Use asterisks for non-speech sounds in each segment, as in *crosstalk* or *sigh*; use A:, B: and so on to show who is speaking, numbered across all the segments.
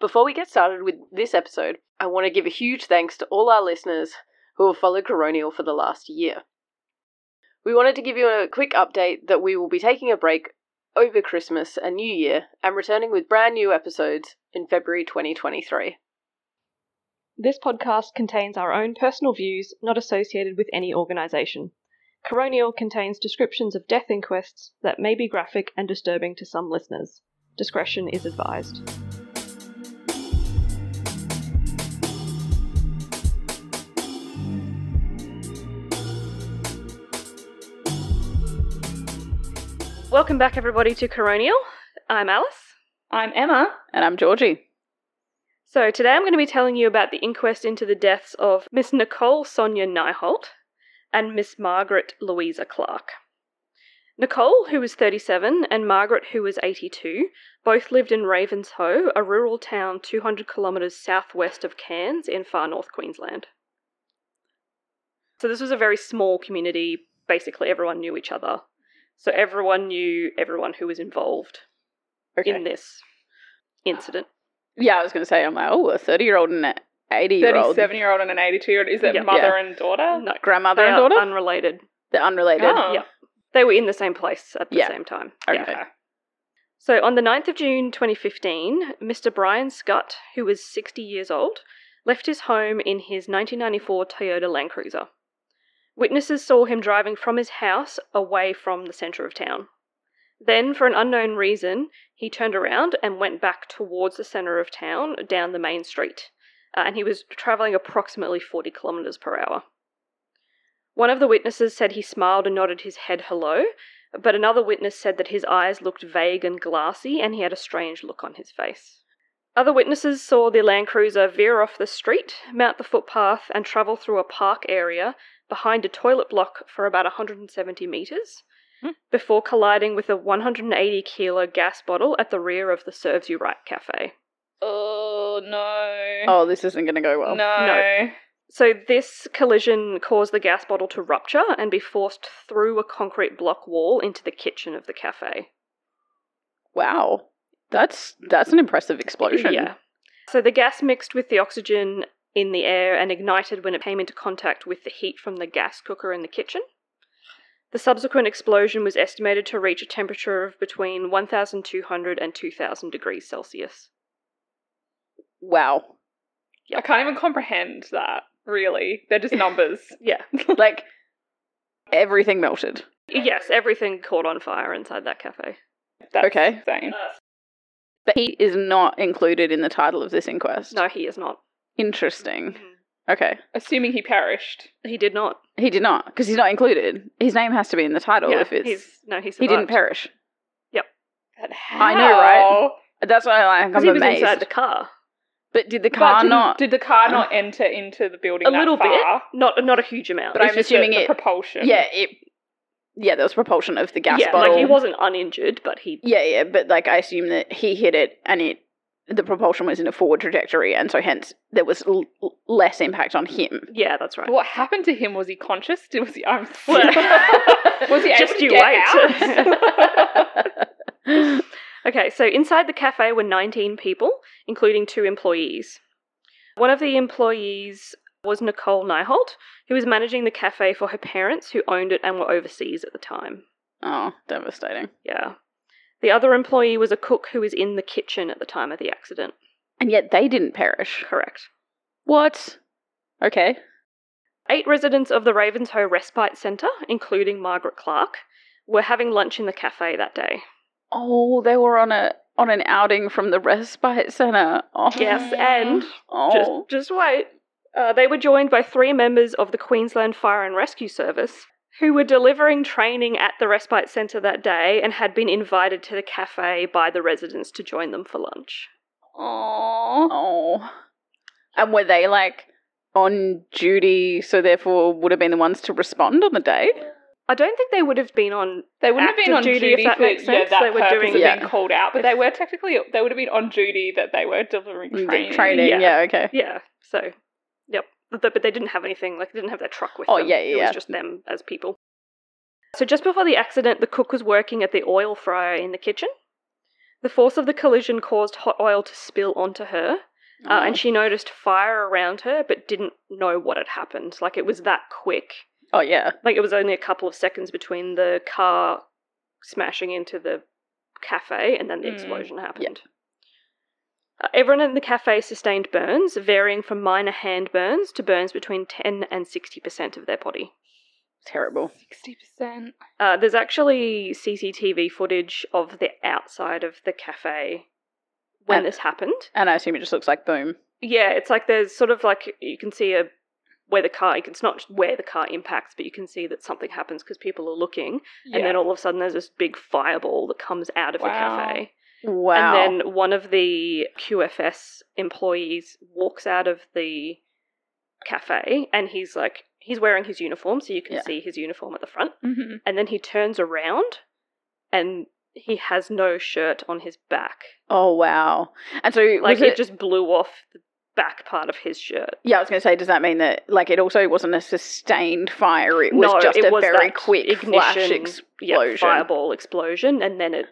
A: Before we get started with this episode, I want to give a huge thanks to all our listeners who have followed Coronial for the last year. We wanted to give you a quick update that we will be taking a break over Christmas and New Year and returning with brand new episodes in February 2023.
B: This podcast contains our own personal views not associated with any organisation. Coronial contains descriptions of death inquests that may be graphic and disturbing to some listeners. Discretion is advised. Welcome back, everybody, to Coronial. I'm Alice.
C: I'm Emma.
A: And I'm Georgie.
B: So, today I'm going to be telling you about the inquest into the deaths of Miss Nicole Sonia Nyholt and Miss Margaret Louisa Clark. Nicole, who was 37, and Margaret, who was 82, both lived in Ravenshoe, a rural town 200 kilometres southwest of Cairns in far north Queensland. So, this was a very small community. Basically, everyone knew each other. So, everyone knew everyone who was involved
C: Okay.
B: in this incident.
A: Yeah, I was going to say, I'm like, oh, a 30 year old and an 80 year old.
C: 37 year old and an 82 year old. Is it
B: Yeah.
C: mother and daughter?
B: No,
A: Grandmother
B: they
A: and
B: are
A: daughter?
B: unrelated.
A: They're unrelated.
C: Oh.
B: Yeah. They were in the same place at the
A: Yeah.
B: same time.
A: Okay.
B: Yeah. So on the 9th of June 2015, Mr. Brian Scott, who was 60 years old, left his home in his 1994 Toyota Land Cruiser. Witnesses saw him driving from his house away from the centre of town. Then, for an unknown reason, he turned around and went back towards the centre of town down the main street, uh, and he was travelling approximately 40 kilometres per hour. One of the witnesses said he smiled and nodded his head hello, but another witness said that his eyes looked vague and glassy and he had a strange look on his face. Other witnesses saw the Land Cruiser veer off the street, mount the footpath, and travel through a park area behind a toilet block for about 170 metres
C: Hmm.
B: before colliding with a 180 kilo gas bottle at the rear of the Serves You Right cafe.
C: Oh, no.
A: Oh, this isn't going to go well.
C: no.
B: no. So, this collision caused the gas bottle to rupture and be forced through a concrete block wall into the kitchen of the cafe.
A: Wow. That's that's an impressive explosion.
B: Yeah. So the gas mixed with the oxygen in the air and ignited when it came into contact with the heat from the gas cooker in the kitchen. The subsequent explosion was estimated to reach a temperature of between 1,200 and 2,000 degrees Celsius.
A: Wow.
C: I can't even comprehend that, really.
A: *laughs*
C: They're just numbers.
B: Yeah.
A: like everything melted.
B: *laughs* Yes, everything caught on fire inside that cafe.
C: That's
A: Okay.
C: insane.
A: But he is not included in the title of this inquest.
B: No, he is not. Mm-hmm.
A: Interesting. Okay.
C: Assuming he perished.
B: He did not.
A: He did not, because he's not included. His name has to be in the title
B: yeah,
A: if it's
B: he's, no, he survived.
A: he didn't perish.
C: But
A: I know, right? That's why I, like,
B: Because
A: I'm
B: he was
A: amazed.
B: inside the car.
A: But did the
C: But
A: car
C: didn't-
A: not?
C: Did the
A: *sighs*
C: car not enter into the building
B: A
C: that
B: little
C: far?
B: bit. Not, not a huge amount.
A: But I'm
C: It's just
A: assuming
C: the, the
A: it-
C: propulsion.
A: yeah, it. Yeah, there was propulsion of the gas
B: yeah,
A: bottle.
B: like he wasn't uninjured, but he
A: yeah, yeah, but like I assume that he hit it and it, the propulsion was in a forward trajectory, and so hence there was l- l- less impact on him.
B: Yeah, that's right.
C: What happened to him? Was he conscious? *laughs* Did- Was
A: *laughs*
C: he? I'm.
B: Well, *laughs*
C: was he
B: just
C: able to
B: you
C: get
B: wait.
C: out?
B: okay, so inside the cafe were 19 people, including two employees. One of the employees was Nicole Nyholt, who was managing the cafe for her parents who owned it and were overseas at the time.
A: oh, devastating.
B: Yeah. The other employee was a cook who was in the kitchen at the time of the accident.
A: And yet they didn't perish.
B: Correct.
A: What? Okay.
B: Eight residents of the Ravenshoe Respite Centre, including Margaret Clark, were having lunch in the cafe that day.
A: Oh, they were on a on an outing from the respite center. Oh,
B: Yes, and
A: Oh,
B: Just, just wait. Uh, they were joined by three members of the Queensland Fire and Rescue Service who were delivering training at the respite centre that day and had been invited to the cafe by the residents to join them for lunch.
C: Aw.
A: oh. And were they like on duty, so therefore would have been the ones to respond on the day?
B: I don't think they would have been on.
C: They wouldn't have been
B: Active
C: on
B: duty,
C: duty,
B: if that
C: for
B: makes
C: yeah,
B: sense.
C: that
B: They were
C: purpose
B: doing-
C: of being
A: Yeah.
C: called out, but they
B: If-
C: were technically they would have been on duty that they were delivering
A: Mm, The
C: training.
A: training,
B: Yeah.
A: yeah. okay.
B: Yeah, so, yep. But they- but they didn't have anything, like, they didn't have their truck with
A: Oh,
B: them.
A: yeah,
B: It
A: yeah.
B: was just them as people. So, just before the accident, the cook was working at the oil fryer in the kitchen. The force of the collision caused hot oil to spill onto her, uh, and she noticed fire around her but didn't know what had happened. Like it was that quick.
D: oh yeah,
B: Like it was only a couple of seconds between the car smashing into the cafe and then the
C: Mm.
B: explosion happened. Uh, everyone in the cafe sustained burns, varying from minor hand burns to burns between 10 and 60% of their body.
D: terrible.
C: sixty percent.
B: Uh, there's actually CCTV footage of the outside of the cafe when
D: And-
B: this happened.
D: And I assume it just looks like boom.
B: Yeah, it's like there's sort of like you can see a where the car. It's not where the car impacts, but you can see that something happens because people are looking, and then all of a sudden there's this big fireball that comes out of the
C: Wow.
B: cafe,
D: Wow.
B: and then one of the QFS employees walks out of the cafe, and he's like he's wearing his uniform, so you can
D: Yeah.
B: see his uniform at the front
C: Mhm.
B: and then he turns around and he has no shirt on his back.
D: oh wow. And so
B: Like
D: was
B: it,
D: it
B: just blew off the back part of his shirt.
D: Yeah, I was going to say, does that mean that like it also wasn't a sustained fire? It was
B: no,
D: just
B: it
D: a
B: was
D: very
B: that
D: quick
B: ignition,
D: flash
B: yeah,
D: explosion.
B: fireball explosion, and then it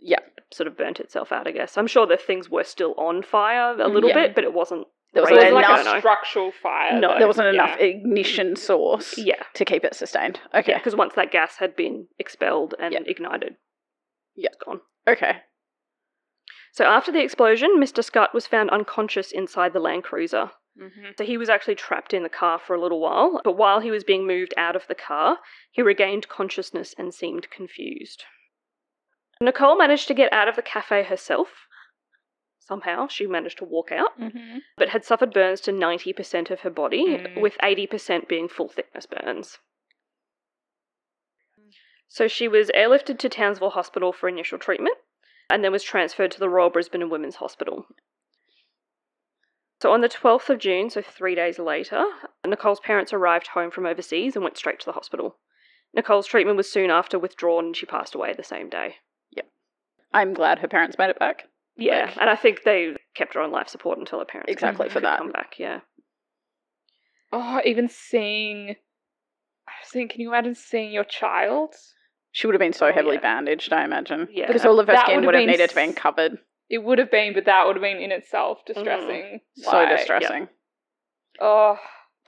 D: Yeah.
B: sort of burnt itself out. I guess I'm sure the things were still on fire a little
D: Mm, Yeah.
B: bit, but it wasn't.
D: There
C: So
D: wasn't
C: it was
B: Right, I
C: like
B: don't know.
C: a
D: enough.
C: structural fire.
B: No,
C: though.
D: There wasn't
C: Yeah.
D: enough ignition source
B: Yeah,
D: to keep it sustained. Okay.
B: yeah, because once that gas had been expelled and
D: Yeah.
B: ignited,
D: Yeah.
B: it's gone.
D: Okay.
B: So after the explosion, Mr. Scott was found unconscious inside the Land Cruiser.
C: Mhm.
B: So he was actually trapped in the car for a little while, but while he was being moved out of the car, he regained consciousness and seemed confused. Nicole managed to get out of the cafe herself. Somehow she managed to walk out,
C: Mhm.
B: but had suffered burns to 90% of her body,
C: Mm.
B: with 80% being full thickness burns. So she was airlifted to Townsville Hospital for initial treatment and then was transferred to the Royal Brisbane and Women's Hospital. So on the 12th of June, so three days later, Nicole's parents arrived home from overseas and went straight to the hospital. Nicole's treatment was soon after withdrawn and she passed away the same day.
D: I'm glad her parents made it back.
B: Yeah,
D: Like-
B: and I think they kept her on life support until her parents
D: Exactly, for
B: could
D: that.
B: come back. Yeah,
C: Oh, even seeing. I was thinking, can you imagine seeing your child?
D: She would have been so
B: Oh,
D: heavily
B: yeah.
D: bandaged, I imagine.
B: Yeah.
D: Because all of her
C: That
D: skin
C: would
D: would
C: have
D: have
C: been
D: needed to be
C: s-
D: covered.
C: It would have been, but that would have been in itself distressing.
D: So
C: Like,
D: distressing.
C: Oh,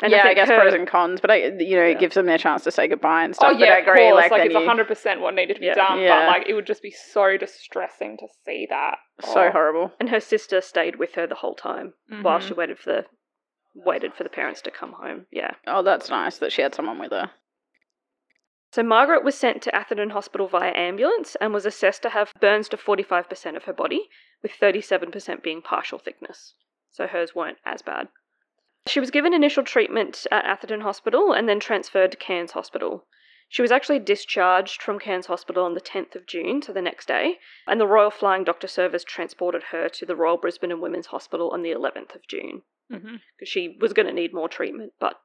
B: and
D: yeah, I,
B: think
D: guess
B: her-
D: pros and cons, but I, you know,
B: Yeah.
D: it gives them their chance to say goodbye and stuff.
C: oh yeah,
D: but I agree,
C: of course.
D: like,
C: Like,
D: then
C: it's
D: you-
C: hundred percent what needed to be
B: Yeah.
C: done,
D: Yeah.
C: but like it would just be so distressing to see that. Oh.
D: so horrible.
B: and her sister stayed with her the whole time while
C: Mm-hmm.
B: she waited for the waited for the parents to come home. Yeah.
D: Oh, that's nice that she had someone with her.
B: So Margaret was sent to Atherton Hospital via ambulance and was assessed to have burns to 45% of her body, with 37% being partial thickness. So hers weren't as bad. She was given initial treatment at Atherton Hospital and then transferred to Cairns Hospital. She was actually discharged from Cairns Hospital on the 10th of June, so the next day, and the Royal Flying Doctor Service transported her to the Royal Brisbane and Women's Hospital on the 11th of June.
C: hmm
B: because she was going to need more treatment, but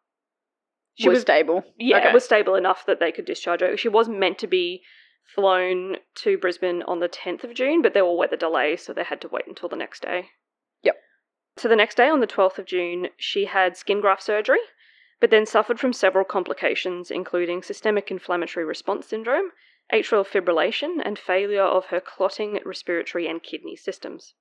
D: She
B: she
D: was,
B: was,
D: stable.
B: yeah,
D: Okay.
B: it was stable enough that they could discharge her. She was meant to be flown to Brisbane on the 10th of June, but there were weather delays, so they had to wait until the next day.
D: Yep.
B: So the next day, on the 12th of June, she had skin graft surgery, but then suffered from several complications, including systemic inflammatory response syndrome, atrial fibrillation, and failure of her clotting, respiratory, and kidney systems.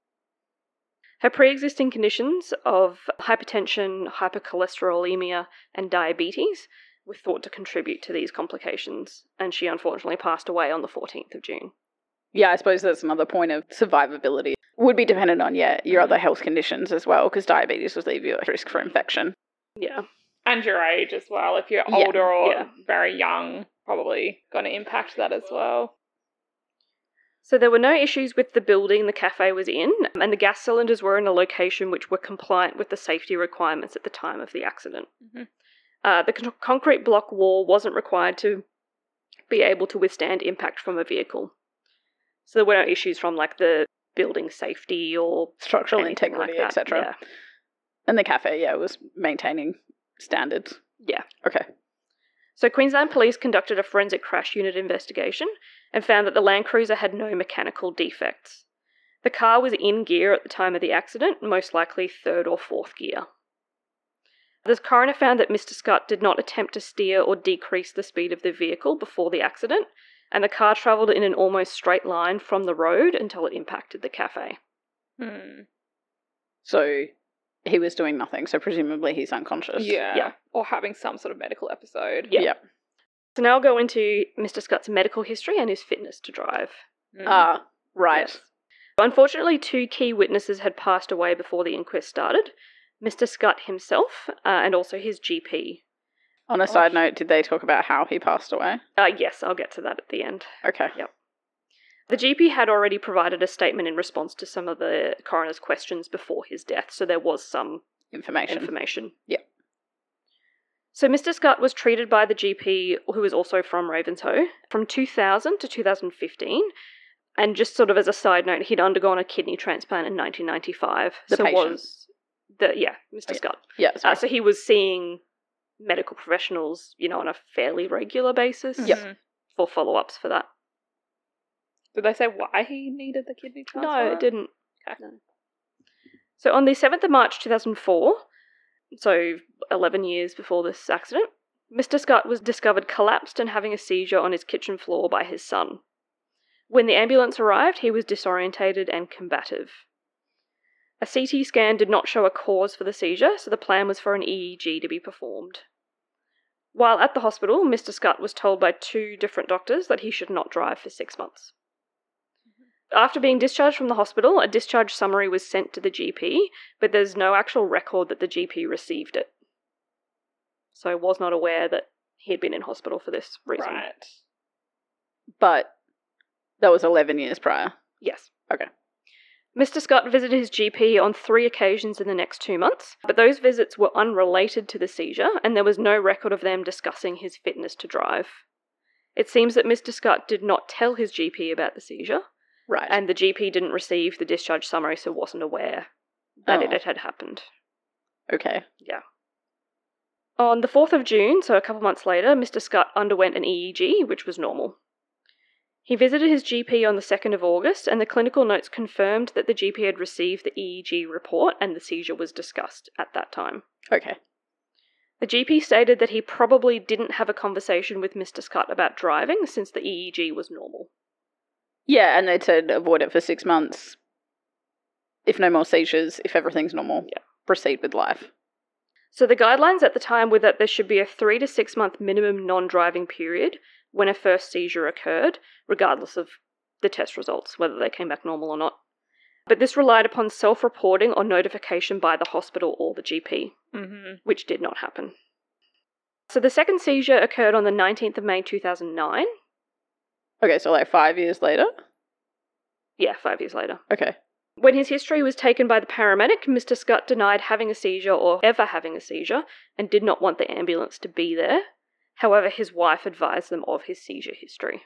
B: Her pre existing conditions of hypertension, hypercholesterolemia, and diabetes were thought to contribute to these complications, and she unfortunately passed away on the 14th of June.
D: Yeah, I suppose that's another point of survivability. Would be dependent on yeah your
B: Mm-hmm.
D: other health conditions as well, because diabetes would leave you at risk for infection.
B: Yeah.
C: And your age as well. If you're
D: Yeah,
C: older or
B: yeah.
C: very young, probably going to impact that as well.
B: So there were no issues with the building the cafe was in, and the gas cylinders were in a location which were compliant with the safety requirements at the time of the accident.
C: Mhm.
B: Uh, the con- concrete block wall wasn't required to be able to withstand impact from a vehicle. So there were no issues from like the building safety or
D: Structural
B: anything like
D: integrity,
B: that.
D: etc.
B: Yeah.
D: And the cafe, yeah, was maintaining standards.
B: Yeah.
D: Okay.
B: So Queensland Police conducted a forensic crash unit investigation and found that the Land Cruiser had no mechanical defects. The car was in gear at the time of the accident, most likely third or fourth gear. The coroner found that Mr. Scott did not attempt to steer or decrease the speed of the vehicle before the accident, and the car travelled in an almost straight line from the road until it impacted the cafe.
C: Hmm.
A: So he was doing nothing. So presumably he's unconscious.
C: Yeah.
B: yeah.
C: Or having some sort of medical episode.
B: Yeah.
A: Yep.
B: So now I'll go into Mr. Scott's medical history and his fitness to drive.
C: Mm.
A: Ah, right.
B: Mm-hmm. Yes. Unfortunately, two key witnesses had passed away before the inquest started Mr. Scott himself uh, and also his GP.
A: On a side note, did they talk about how he passed away?
B: Uh, yes, I'll get to that at the end.
A: Okay.
B: The GP had already provided a statement in response to some of the coroner's questions before his death, so there was some
A: Information.
B: information.
A: Yep.
B: So Mr. Scott was treated by the GP, who was also from Ravenshoe, from 2000 to 2015. And just sort of as a side note, he'd undergone a kidney transplant in 1995.
A: The
B: so
A: patient. Oh,
B: was the yeah, Mr.
A: Yeah.
B: Scott.
A: Yeah.
B: Uh,
A: sorry.
B: so he was seeing medical professionals, you know, on a fairly regular basis
A: Mm-hmm.
C: Mhm.
B: for follow-ups for that.
C: Did they say why he needed the kidney transplant?
B: No, it didn't.
C: Okay.
B: No. So on the 7th of March 2004, so 11 years before this accident, Mr. Scott was discovered collapsed and having a seizure on his kitchen floor by his son. When the ambulance arrived, he was disorientated and combative. A CT scan did not show a cause for the seizure, so the plan was for an EEG to be performed. While at the hospital, Mr. Scott was told by two different doctors that he should not drive for six months. After being discharged from the hospital, a discharge summary was sent to the GP, but there's no actual record that the GP received it. So I was not aware that he had been in hospital for this reason.
C: Right.
A: but that was 11 years prior.
B: Yes.
A: Okay.
B: Mr. Scott visited his GP on three occasions in the next two months, but those visits were unrelated to the seizure, and there was no record of them discussing his fitness to drive. It seems that Mr. Scott did not tell his GP about the seizure,
A: Right.
B: and the GP didn't receive the discharge summary, so wasn't aware that it,
A: Oh.
B: it had happened.
A: okay.
B: On the 4th of June, so a couple months later, Mr. Scott underwent an EEG, which was normal. He visited his GP on the 2nd of August, and the clinical notes confirmed that the GP had received the EEG report and the seizure was discussed at that time.
A: Okay.
B: The GP stated that he probably didn't have a conversation with Mr. Scott about driving since the EEG was normal.
A: Yeah, and they said avoid it for six months. If no more seizures, if everything's normal,
B: Yeah.
A: proceed with life.
B: So the guidelines at the time were that there should be a three to six month minimum non driving period when a first seizure occurred, regardless of the test results, whether they came back normal or not. But this relied upon self reporting or notification by the hospital or the GP,
C: Mm-hmm.
B: which did not happen. So the second seizure occurred on the 19th of May 2009.
A: Okay, so like five years later?
B: Yeah, five years later.
A: Okay.
B: When his history was taken by the paramedic, Mr. Scott denied having a seizure or ever having a seizure and did not want the ambulance to be there. However, his wife advised them of his seizure history.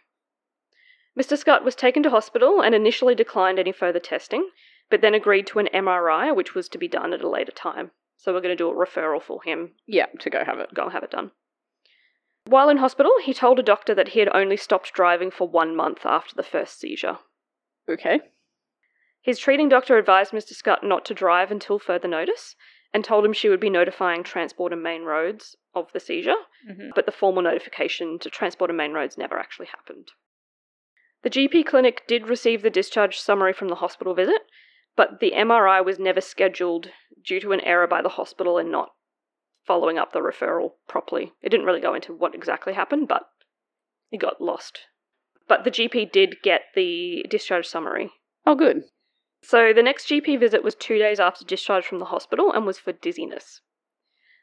B: Mr. Scott was taken to hospital and initially declined any further testing, but then agreed to an MRI, which was to be done at a later time. So we're going to do a referral for him
A: Yeah, to go have it.
B: go and have it done. While in hospital, he told a doctor that he had only stopped driving for one month after the first seizure.
A: Okay.
B: His treating doctor advised Mr. Scott not to drive until further notice and told him she would be notifying Transport and Main Roads of the seizure,
C: Mm-hmm.
B: but the formal notification to Transport and Main Roads never actually happened. The GP clinic did receive the discharge summary from the hospital visit, but the MRI was never scheduled due to an error by the hospital in not following up the referral properly. It didn't really go into what exactly happened, but it got lost. But the GP did get the discharge summary
A: Oh, good.
B: so the next GP visit was two days after discharge from the hospital and was for dizziness.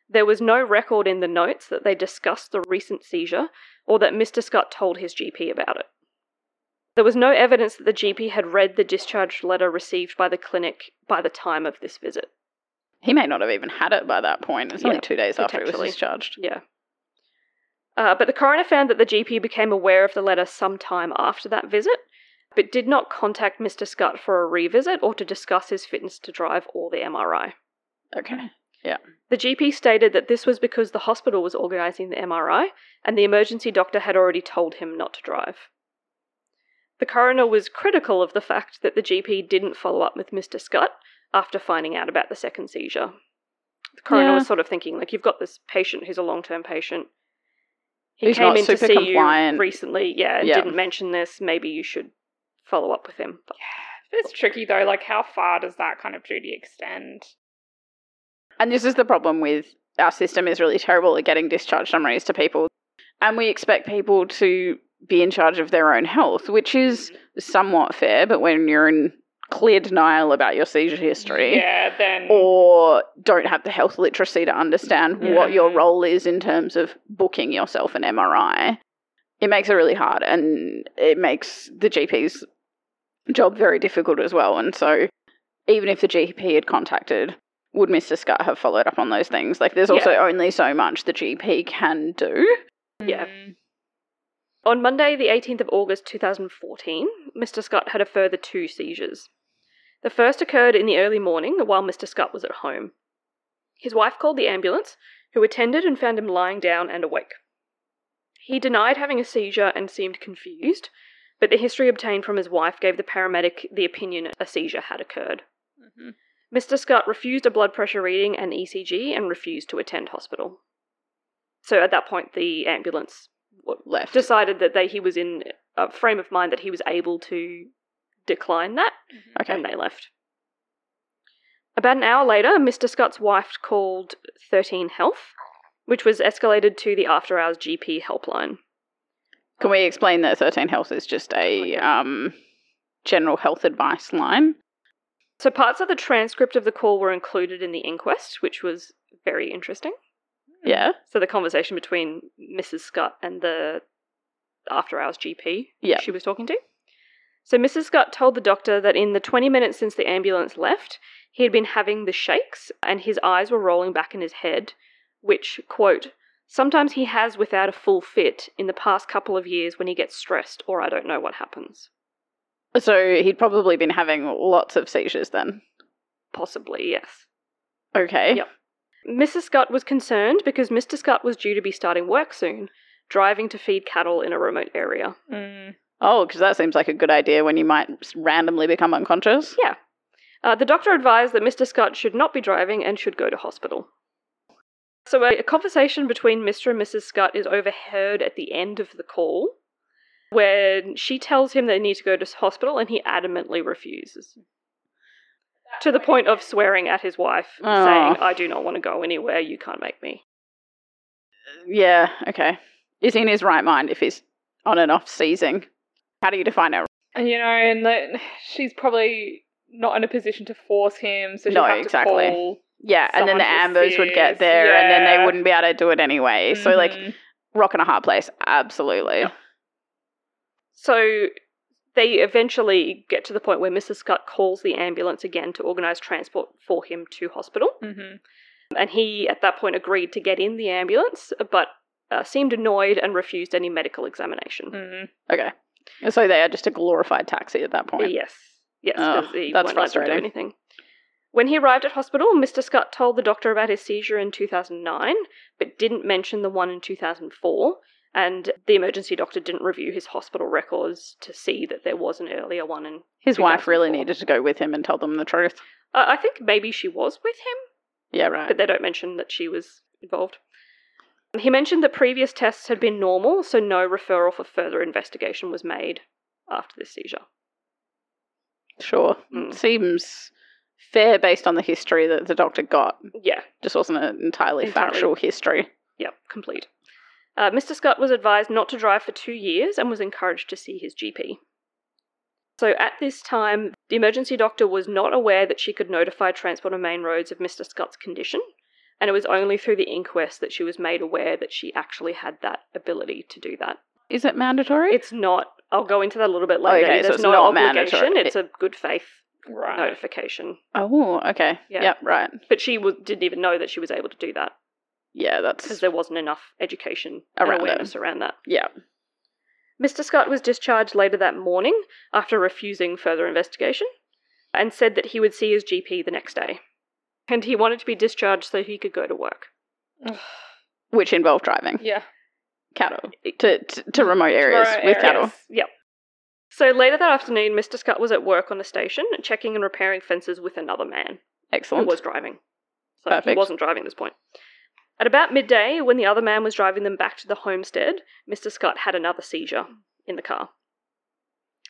B: There was no record in the notes that they discussed the recent seizure or that Mr. Scott told his GP about it. There was no evidence that the GP had read the discharge letter received by the clinic by the time of this visit.
A: He may not have even had it by that point. It's
B: Yeah,
A: only two days after he was
B: potentially.
A: discharged.
B: Yeah. Uh, but the coroner found that the GP became aware of the letter sometime after that visit, but did not contact Mr. Scott for a revisit or to discuss his fitness to drive or the MRI.
A: Okay.
B: The GP stated that this was because the hospital was organising the MRI and the emergency doctor had already told him not to drive. The coroner was critical of the fact that the GP didn't follow up with Mr. Scott after finding out about the second seizure. The coroner
A: Yeah.
B: was sort of thinking, like, you've got this patient who's a long term patient. He
A: He's
B: came
A: not
B: in to
A: super
B: see
A: compliant.
B: you recently, yeah, and
A: Yeah.
B: didn't mention this. Maybe you should follow up with him. But
C: It's tricky though. Like, how far does that kind of duty extend?
A: And this is the problem with our system is really terrible at getting discharge summaries to people. And we expect people to be in charge of their own health, which is
B: Mm-hmm.
A: somewhat fair, but when you're in clear denial about your seizure history
C: Yeah, then.
A: or don't have the health literacy to understand what
C: Yeah.
A: your role is in terms of booking yourself an MRI, it makes it really hard and it makes the GP's job very difficult as well. And so, even if the GP had contacted, would Mr. Scott have followed up on those things? Like, there's also only so much the GP can do.
B: yeah.
C: Mm.
B: On Monday, the 18th of August 2014, Mr. Scott had a further two seizures. The first occurred in the early morning while Mr. Scott was at home. His wife called the ambulance, who attended and found him lying down and awake. He denied having a seizure and seemed confused, but the history obtained from his wife gave the paramedic the opinion a seizure had occurred.
C: Mhm.
B: Mr. Scott refused a blood pressure reading and ECG and refused to attend hospital. So at that point, the ambulance
A: Left.
B: decided that they, he was in a frame of mind that he was able to decline that,
A: okay.
B: and they left. About an hour later, Mr. Scott's wife called 13 Health, which was escalated to the after hours GP helpline.
A: Can we explain that 13 Health is just a um, general health advice line?
B: So parts of the transcript of the call were included in the inquest, which was very interesting.
A: Yeah.
B: So the conversation between Mrs. Scott and the after hours GP
A: Yeah.
B: she was talking to. So Mrs. Scott told the doctor that in the 20 minutes since the ambulance left, he had been having the shakes and his eyes were rolling back in his head, which, quote, sometimes he has without a full fit in the past couple of years when he gets stressed or I don't know what happens.
A: So he'd probably been having lots of seizures then.
B: Possibly, yes.
A: Okay.
B: Yep. Mrs. Scott was concerned because Mr. Scott was due to be starting work soon, driving to feed cattle in a remote area.
C: Mm.
A: Oh, because that seems like a good idea when you might s- randomly become unconscious.
B: Yeah. Uh, the doctor advised that Mr. Scott should not be driving and should go to hospital. So, uh, a, a conversation between Mr. and Mrs. Scott is overheard at the end of the call, where she tells him they need to go to s- hospital and he adamantly refuses. To the point of swearing at his wife,
A: Oh.
B: saying, I do not want to go anywhere, you can't make me.
A: Yeah. Okay. Is he in his right mind if he's on and off seizing? How do you define it?
C: And you know, and that *sighs* she's probably not in a position to force him, so she
A: No,
C: have
A: exactly.
C: to call.
A: Yeah, and then
C: Someone
A: the
C: to
A: ambers would get
C: assist,
A: there, and then they
C: yeah.
A: wouldn't be able to do it anyway. So, like,
C: Mhm.
A: rock in a hard place, absolutely.
B: So they eventually get to the point where Mrs. Scott calls the ambulance again to organise transport for him to hospital.
C: Mhm.
B: And he, at that point, agreed to get in the ambulance, but uh, seemed annoyed and refused any medical examination.
C: Mhm.
A: Okay, And so they are just a glorified taxi at that point.
B: Yes, yes,
A: Oh,
B: 'cause he
A: Mm. that's
B: won't let them do
A: frustrating.
B: anything. When he arrived at hospital, Mr. Scott told the doctor about his seizure in 2009, but didn't mention the one in 2004. And the emergency doctor didn't review his hospital records to see that there was an earlier one. And
A: His wife really
B: 2004.
A: needed to go with him and tell them the truth.
B: uh, I think maybe she was with him.
A: Yeah, right.
B: but they don't mention that she was involved. He mentioned that previous tests had been normal, so no referral for further investigation was made after this seizure.
A: Sure.
B: Mm.
A: Seems fair based on the history that the doctor got.
B: Yeah,
A: Just wasn't an entirely,
B: Entirely.
A: factual history.
B: yeah, complete. Uh, Mr. Scott was advised not to drive for two years and was encouraged to see his GP. So at this time, the emergency doctor was not aware that she could notify Transport and Main Roads of Mr. Scott's condition, and it was only through the inquest that she was made aware that she actually had that ability to do that.
A: Is it mandatory?
B: *laughs* It's not. I'll go into that a little bit later.
A: Okay, so
B: There's
A: it's
B: no
A: not
B: obligation.
A: mandatory.
B: It's a good faith
C: Right.
B: notification.
A: oh, okay.
B: Yeah.
A: Yep, right.
B: But she w- didn't even know that she was able to do that
A: Yeah,
B: because
A: that's
B: there wasn't enough education
A: Around
B: and
A: it.
B: awareness around that.
A: yeah.
B: Mr. Scott was discharged later that morning after refusing further investigation and said that he would see his GP the next day. And he wanted to be discharged so he could go to work.
A: Which involved driving
C: Yeah.
A: cattle to to, to remote areas
C: Remote
A: with
C: areas.
A: cattle.
B: Yep. So later that afternoon, Mr. Scott was at work on the station, checking and repairing fences with another man. who
A: Excellent.
B: was driving. So he
A: Perfect.
B: wasn't driving at this point. At about midday, when the other man was driving them back to the homestead, Mr. Scott had another seizure in the car.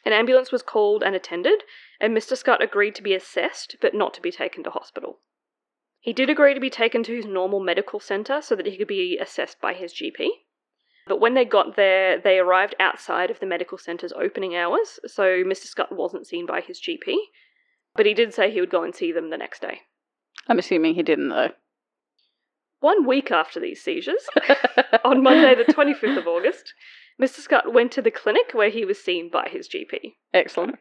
B: An ambulance was called and attended, and Mr. Scott agreed to be assessed but not to be taken to hospital. He did agree to be taken to his normal medical centre so that he could be assessed by his GP. But when they got there, they arrived outside of the medical centre's opening hours, so Mr. Scott wasn't seen by his GP, but he did say he would go and see them the next day.
A: I'm assuming he didn't though.
B: One week after these seizures, *laughs* on Monday, the 25th of August, Mr. Scott went to the clinic where he was seen by his GP.
A: Excellent.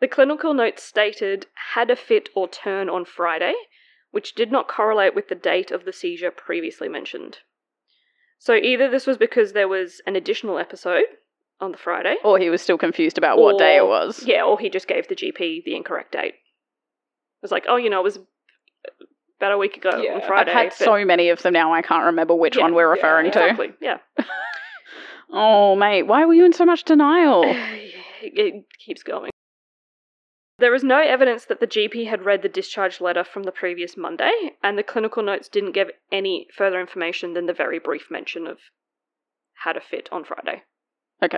B: The clinical notes stated had a fit or turn on Friday, which did not correlate with the date of the seizure previously mentioned. So either this was because there was an additional episode on the Friday,
A: Or he was still confused about what day it
B: Or-
A: was.
B: yeah, or he just gave the GP the incorrect date. It was like, oh, you know, it was about a week ago on
C: Yeah,
B: Friday.
A: I've had
B: but-
A: so many of them now, I can't remember which
B: Yeah,
A: one we're
C: yeah,
A: referring to.
B: exactly, yeah.
A: Oh, mate, why were you in so much denial?
B: it keeps going. There is no evidence that the GP had read the discharge letter from the previous Monday, and the clinical notes didn't give any further information than the very brief mention of had a fit on Friday.
A: Okay.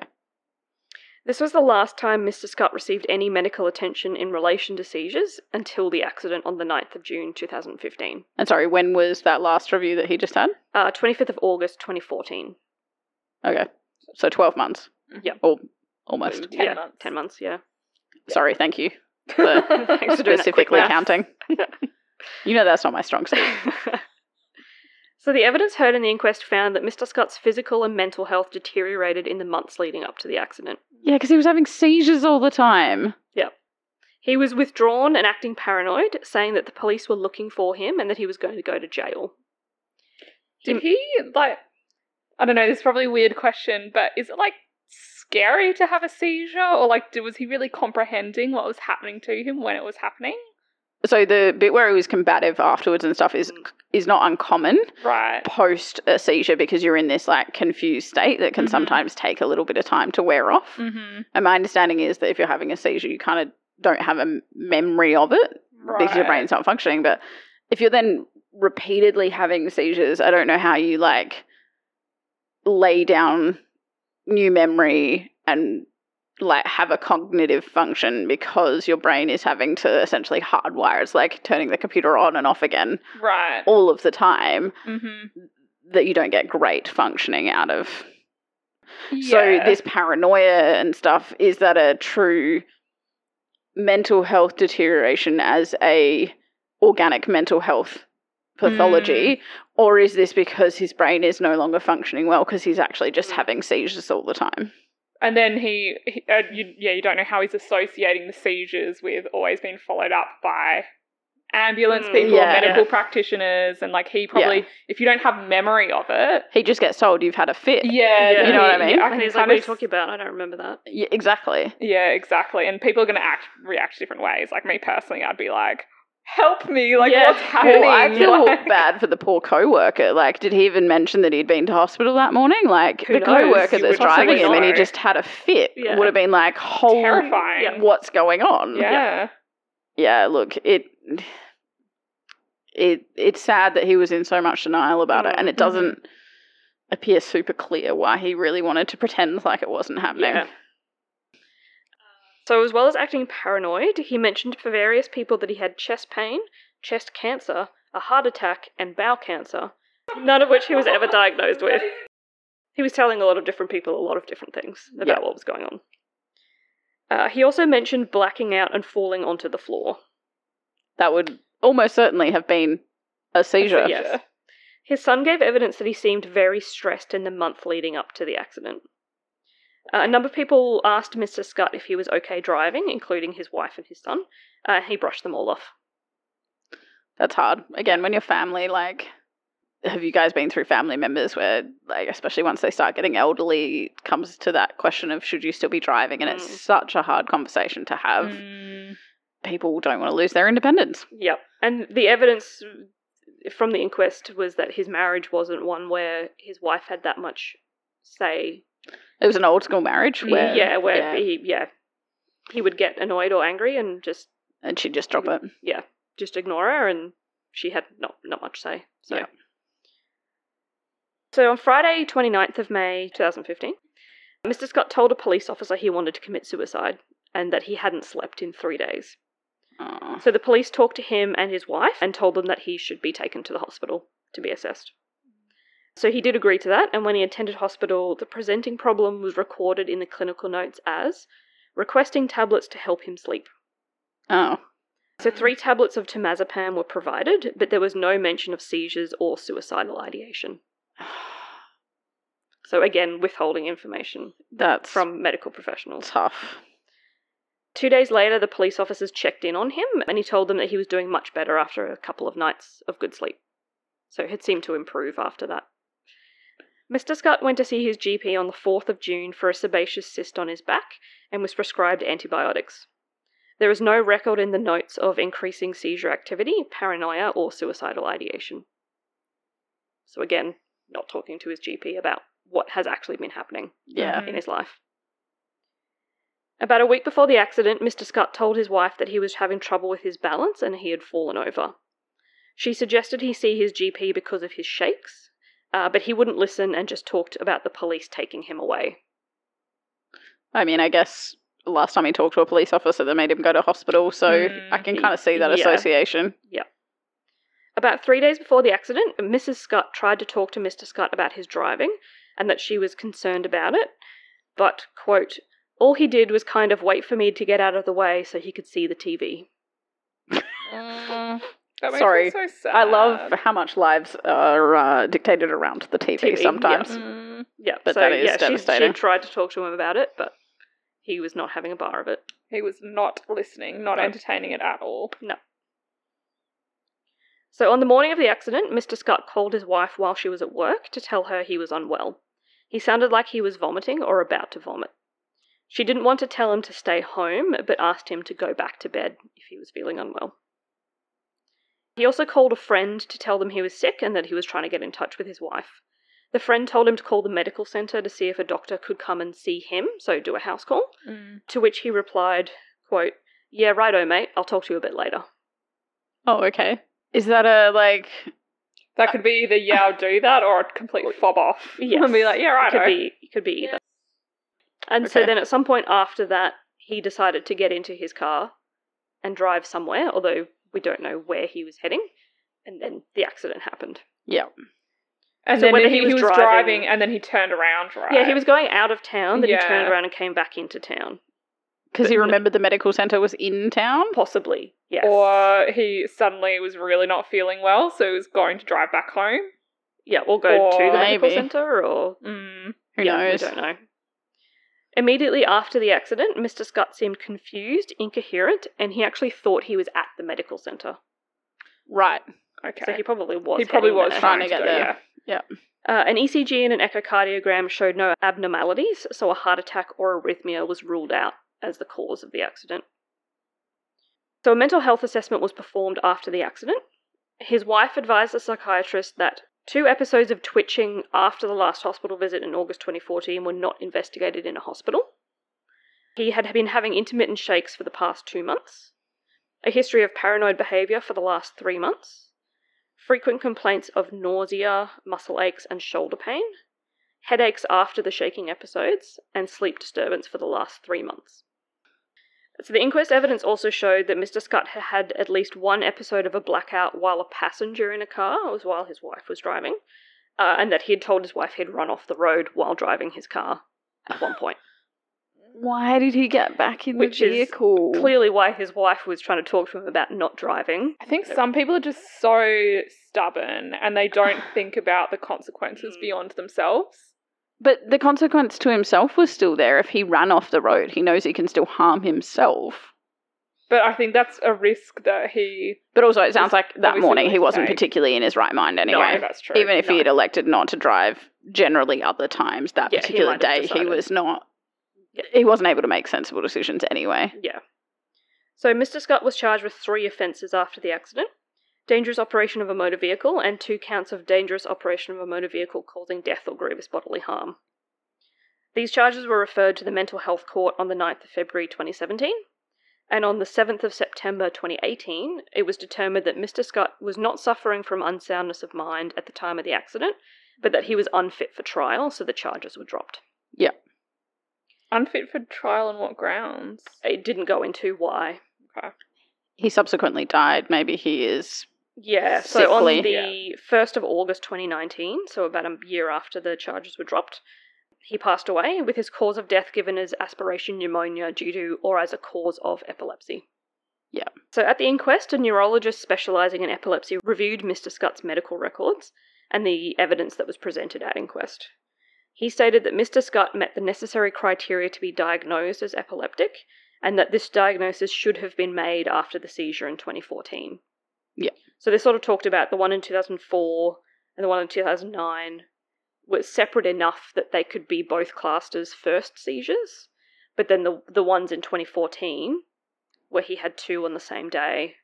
B: This was the last time Mr. Scott received any medical attention in relation to seizures until the accident on the 9th of June 2015.
A: And sorry, when was that last review that he just had?
B: Uh, 25th of August 2014.
A: Okay. So 12 months.
B: Yep.
A: Or almost.
C: Ten
B: yeah,
C: months.
A: *laughs*
B: 10 months, yeah.
A: Sorry, thank you for
B: Thanks for doing that quick
A: specifically *laughs*
B: math.
A: counting. you know that's not my strong suit.
B: *laughs* so the evidence heard in the inquest found that Mr. Scott's physical and mental health deteriorated in the months leading up to the accident.
A: *laughs* Yeah, because he was having seizures all the time.
B: He was withdrawn and acting paranoid, saying that the police were looking for him and that he was going to go to jail.
C: Did he like? I don't know. This is probably a weird question, but is it like scary to have a seizure, or like, did, was he really comprehending what was happening to him when it was happening?
A: So the bit where he was combative afterwards and stuff is is not uncommon
C: Right.
A: post a seizure because you're in this like confused state that can
C: Mhm.
A: sometimes take a little bit of time to wear off.
C: Mm-hmm.
A: And my understanding is that if you're having a seizure, you kind of don't have a m- memory of it
C: Mm-hmm. Right.
A: because your brain's not functioning. But if you're then repeatedly having seizures, I don't know how you like lay down new memory and like have a cognitive function because your brain is having to essentially hardwire. It's like turning the computer on and off again
C: Right.
A: all of the time
C: Mm-hmm.
A: that you don't get great functioning out of. So this paranoia and stuff is that a true mental health deterioration as a organic mental health pathology or is this because his brain is no longer functioning well because he's actually just
B: Mm.
A: having seizures all the time?
C: and then he, he uh, you, yeah, you don't know how he's associating the seizures with always being followed up by ambulance
B: Mm,
C: people,
A: yeah.
C: medical practitioners, and like he probably, if you don't have memory of it,
A: He just gets told you've had a fit.
C: yeah,
B: Yeah.
C: then
B: You know
C: he-
A: what I mean?
C: yeah,
B: and
C: can
B: he's like,
C: kind
B: what are you
C: of-
B: talking about? I don't remember that.
A: Y- exactly.
C: Yeah, exactly. And people are going to act react different ways. Like me personally, I'd be like, "Help me! Like
B: Yeah.
C: what's happening?"
A: Well, I feel
C: *laughs* Like-
A: bad for the poor coworker. Like, did he even mention that he'd been to hospital that morning? Like,
B: Who
A: the
B: knows?
A: coworker
C: You
A: that's
C: would
A: driving
C: possibly
A: him and he
C: know.
A: just had a fit
B: Yeah.
A: would have been like,
C: *laughs*
A: holy,
C: terrifying.
B: Yeah.
A: what's going on?
C: Yeah.
A: yeah, look, it it it's sad that he was in so much denial about it, and it
C: Mhm.
A: doesn't appear super clear why he really wanted to pretend like it wasn't happening.
B: Yeah. So, as well as acting paranoid, he mentioned for various people that he had chest pain, chest cancer, a heart attack, and bowel cancer, none of which he was ever diagnosed with. He was telling a lot of different people a lot of different things about
A: Yeah.
B: what was going on. Uh, he also mentioned blacking out and falling onto the floor.
A: That would almost certainly have been a seizure.
C: seizure.
B: Yes. His son gave evidence that he seemed very stressed in the month leading up to the accident. Uh, a number of people asked Mr. Scott if he was okay driving, including his wife and his son. Uh, he brushed them all off.
A: That's hard. Again, when your family like have you guys been through family members where like especially once they start getting elderly it comes to that question of should you still be driving and
B: Mm.
A: it's such a hard conversation to have.
B: *laughs*
C: Mm.
A: People don't want to lose their independence.
B: Yep. And the evidence from the inquest was that his marriage wasn't one where his wife had that much say.
A: It was an old school marriage where
B: yeah, where
A: yeah.
B: he yeah. He would get annoyed or angry and just
A: and she'd just drop it.
B: just ignore her and she had not not much say. So
A: Yeah.
B: So on Friday, 29th of May 2015, Mr. Scott told a police officer he wanted to commit suicide and that he hadn't slept in three days.
A: Oh,
B: So the police talked to him and his wife and told them that he should be taken to the hospital to be assessed. So he did agree to that, and when he attended hospital, the presenting problem was recorded in the clinical notes as requesting tablets to help him sleep.
A: oh. *sighs*
B: So three tablets of temazepam were provided, but there was no mention of seizures or suicidal ideation. So again, withholding information
A: that's from
B: from medical professionals.
A: tough.
B: Two days later, the police officers checked in on him and he told them that he was doing much better after a couple of nights of good sleep. So it seemed to improve after that. Mr. Scott went to see his GP on the 4th of June for a sebaceous cyst on his back and was prescribed antibiotics. There is no record in the notes of increasing seizure activity, paranoia, or suicidal ideation. So, again, not talking to his GP about what has actually been happening
A: Yeah.
B: in his life. About a week before the accident, Mr. Scott told his wife that he was having trouble with his balance and he had fallen over. She suggested he see his GP because of his shakes, uh, but he wouldn't listen and just talked about the police taking him away.
A: I mean, I guess last time he talked to a police officer, they made him go to hospital, so
C: Mm,
A: I can
B: he-
A: kind of see that
B: yeah.
A: association.
B: About three days before the accident, Mrs. Scott tried to talk to Mr. Scott about his driving and that she was concerned about it, but, quote, all he did was kind of wait for me to get out of the way so he could see the TV.
C: Mm, that makes
A: Sorry.
C: me so sad.
A: I love how much lives are uh, dictated around the TV,
B: TV, yeah.
A: sometimes.
C: Mm,
B: Yeah,
A: But
B: so,
A: that is
B: yeah, she- She,
A: devastating.
B: tried to talk to him about it, but he was not having a bar of it.
C: he was not listening, not
B: No.
C: entertaining it at all.
B: So on the morning of the accident, Mr. Scott called his wife while she was at work to tell her he was unwell. He sounded like he was vomiting or about to vomit. She didn't want to tell him to stay home, but asked him to go back to bed if he was feeling unwell. He also called a friend to tell them he was sick and that he was trying to get in touch with his wife. The friend told him to call the medical centre to see if a doctor could come and see him, so do a house call. To which he replied, quote, Yeah, righto, mate. I'll talk to you a bit later.
A: Oh, okay. Is that a like?
C: That could be either yeah, I'll do that, or a complete fob off. *laughs*
B: Yes.
C: and be like, yeah, right.
B: It could be, it could be either. And so
A: Okay.
B: then at some point after that, he decided to get into his car and drive somewhere, although we don't know where he was heading. And then the accident happened.
A: Yeah.
C: And
B: So
C: then
B: whether
C: he,
B: he
C: he
B: was
C: was
B: driving-
C: driving, and then he turned around. Right?
B: Yeah, he was going out of town, then he turned
C: Yeah.
B: around and came back into town.
A: Because
B: But
A: he
B: no-
A: remembered the medical center was in town.
B: Possibly, yes.
C: Or he suddenly was really not feeling well, so he was going to drive back home.
B: yeah, or go to the
C: or-
B: medical
A: Maybe.
B: centre or
C: Mm.
A: Who
B: Yeah,
A: knows?
B: We don't know. Immediately after the accident, Mr. Scott seemed confused, incoherent, and he actually thought he was at the medical centre.
A: Right.
C: Okay.
B: So he probably was.
C: He probably
B: heading
C: was
B: there.
A: trying
C: trying
A: to
C: to
A: get
C: go,
A: there.
C: Yeah.
B: Uh, an ECG and an echocardiogram showed no abnormalities, so a heart attack or arrhythmia was ruled out as the cause of the accident. So a mental health assessment was performed after the accident. His wife advised the psychiatrist that two episodes of twitching after the last hospital visit in August 2014 were not investigated in a hospital. He had been having intermittent shakes for the past two months, a history of paranoid behaviour for the last three months, frequent complaints of nausea, muscle aches, and shoulder pain, headaches after the shaking episodes, and sleep disturbance for the last three months. So, the inquest evidence also showed that Mr. Scott had had at least one episode of a blackout while a passenger in a car, it was while his wife was driving, uh, and that he had told his wife he'd run off the road while driving his car at one point.
A: Why did he get back in
B: Which
A: the
B: is
A: vehicle?
B: Clearly, why his wife was trying to talk to him about not driving.
C: I think some people are just so stubborn and
B: *laughs*
C: they don't think about the consequences
B: Mm.
C: beyond themselves.
A: But the consequence to himself was still there. If he ran off the road, he knows he can still harm himself.
C: But I think that's a risk that he.
A: But also, it sounds like that
C: obviously
A: morning he
C: willing to
A: wasn't
C: take.
A: particularly in his right mind
C: No,
A: anyway.
C: that's true.
A: Even if he had elected not to drive generally other times that
B: Yeah, he
A: particular
B: might have
A: day, he
B: decided.
A: was not.
B: Yeah.
A: He wasn't able to make sensible decisions anyway.
B: Yeah. So Mr. Scott was charged with three offences after the accident dangerous operation of a motor vehicle and two counts of dangerous operation of a motor vehicle causing death or grievous bodily harm. These charges were referred to the mental health court on the 9th of February 2017. And on the 7th of September 2018, it was determined that Mr. Scott was not suffering from unsoundness of mind at the time of the accident, but that he was unfit for trial, so the charges were dropped.
C: Unfit for trial on what grounds?
B: It didn't go into why.
A: He subsequently died. Maybe he is.
B: Yeah, so on
A: Sickly.
B: the 1st of August 2019, so about a year after the charges were dropped, he passed away with his cause of death given as aspiration pneumonia due to or as a cause of epilepsy.
A: Yeah.
B: So at the inquest, a neurologist specializing in epilepsy reviewed Mr. Scutt's medical records and the evidence that was presented at inquest. He stated that Mr. Scutt met the necessary criteria to be diagnosed as epileptic and that this diagnosis should have been made after the seizure in 2014.
A: Yeah.
B: So they sort of talked about the one in 2004 and the one in 2009 were separate enough that they could be both classed as first seizures, but then the the ones in 2014 where he had two on the same day.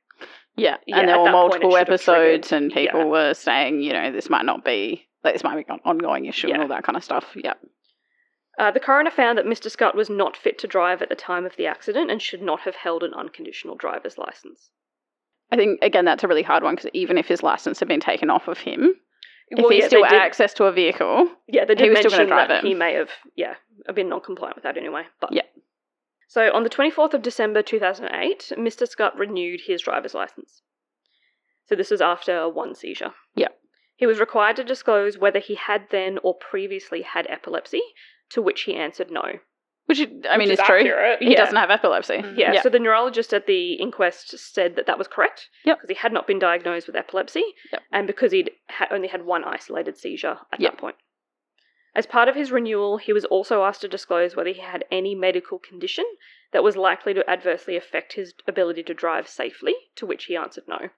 A: Yeah.
B: Yeah,
A: and
B: at
A: there were
B: that point it
A: multiple
B: should have triggered-
A: episodes, and people
B: yeah.
A: were saying, you know, this might not be, like, this might be an ongoing issue and
B: Yeah.
A: all that kind of stuff. Yeah.
B: Uh, the coroner found that Mr. Scott was not fit to drive at the time of the accident and should not have held an unconditional driver's license.
A: I think, again, that's a really hard one because even if his license had been taken off of him, if he
B: yeah,
A: still
B: they
A: had
B: did-
A: access to a vehicle,
B: Yeah, they
A: He
B: did
A: was still
B: mention
A: gonna drive
B: that
A: it.
B: he may have, yeah, been non-compliant with that anyway. But
A: Yeah.
B: So on the 24th of December 2008, Mr. Scott renewed his driver's license. So this is after one seizure.
A: Yeah.
B: He was required to disclose whether he had then or previously had epilepsy, to which he answered no.
A: which I mean is,
C: Which is
A: true,
C: accurate,
A: he
B: yeah.
A: doesn't have epilepsy.
C: Mm.
B: Yeah,
A: Yeah.
B: so the neurologist at the inquest said that that was correct
A: Yep.
B: because he had not been diagnosed with epilepsy
A: Yep.
B: and because he'd ha- only had one isolated seizure at
A: Yep.
B: that point. As part of his renewal, he was also asked to disclose whether he had any medical condition that was likely to adversely affect his ability to drive safely, to which he answered no.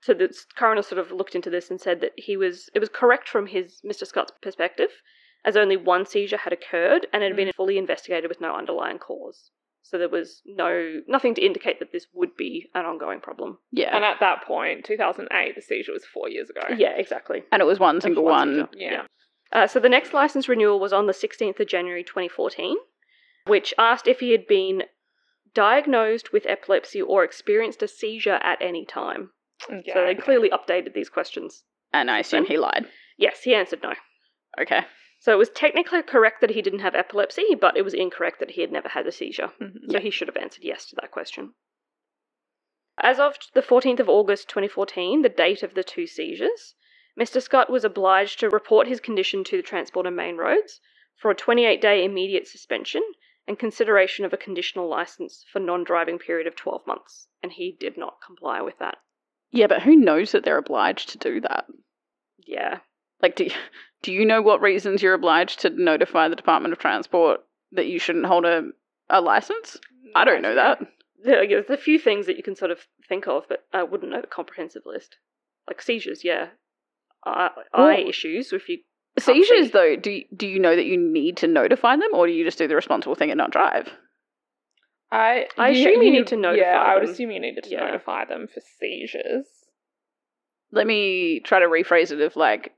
B: So the s- coroner sort of looked into this and said that he was it was correct from his Mr. Scott's perspective, as only one seizure had occurred and
A: Mm.
B: had been fully investigated with no underlying cause. So there was no nothing to indicate that this would be an ongoing problem.
A: Yeah,
C: And at that point, 2008, the seizure was four years ago.
B: Yeah, exactly.
A: and it was one single
B: One
A: one.
B: seizure.
C: Yeah.
B: Uh, so the next license renewal was on the 16th of January 2014, which asked if he had been diagnosed with epilepsy or experienced a seizure at any time.
C: Yeah.
B: So they clearly updated these questions.
A: And I assume he lied.
B: Yes, he answered no.
A: Okay,
B: So it was technically correct that he didn't have epilepsy, but it was incorrect that he had never had a seizure.
C: Mhm.
B: So he should have answered yes to that question. As of the 14th of August 2014, the date of the two seizures, Mr. Scott was obliged to report his condition to the Transport and Main Roads for a 28 day immediate suspension and consideration of a conditional license for non driving period of 12 months, and he did not comply with that.
A: yeah, but who knows that they're obliged to do that?
B: Yeah.
A: Like, do you, do you know what reasons you're obliged to notify the Department of Transport that you shouldn't hold a a license? I don't know that.
B: There- There's a few things that you can sort of think of, but I wouldn't know the comprehensive list. Like seizures, yeah. Eye, eye
A: Well-
B: issues, if you Can't
A: Seizures,
B: see.
A: though, do you, do you know that you need to notify them, or do you just do the responsible thing and not drive?
C: I,
B: I assume you need to notify
C: Yeah, I would
B: them.
C: assume you needed to
B: Yeah.
C: notify them for seizures.
A: Let me try to rephrase it of like,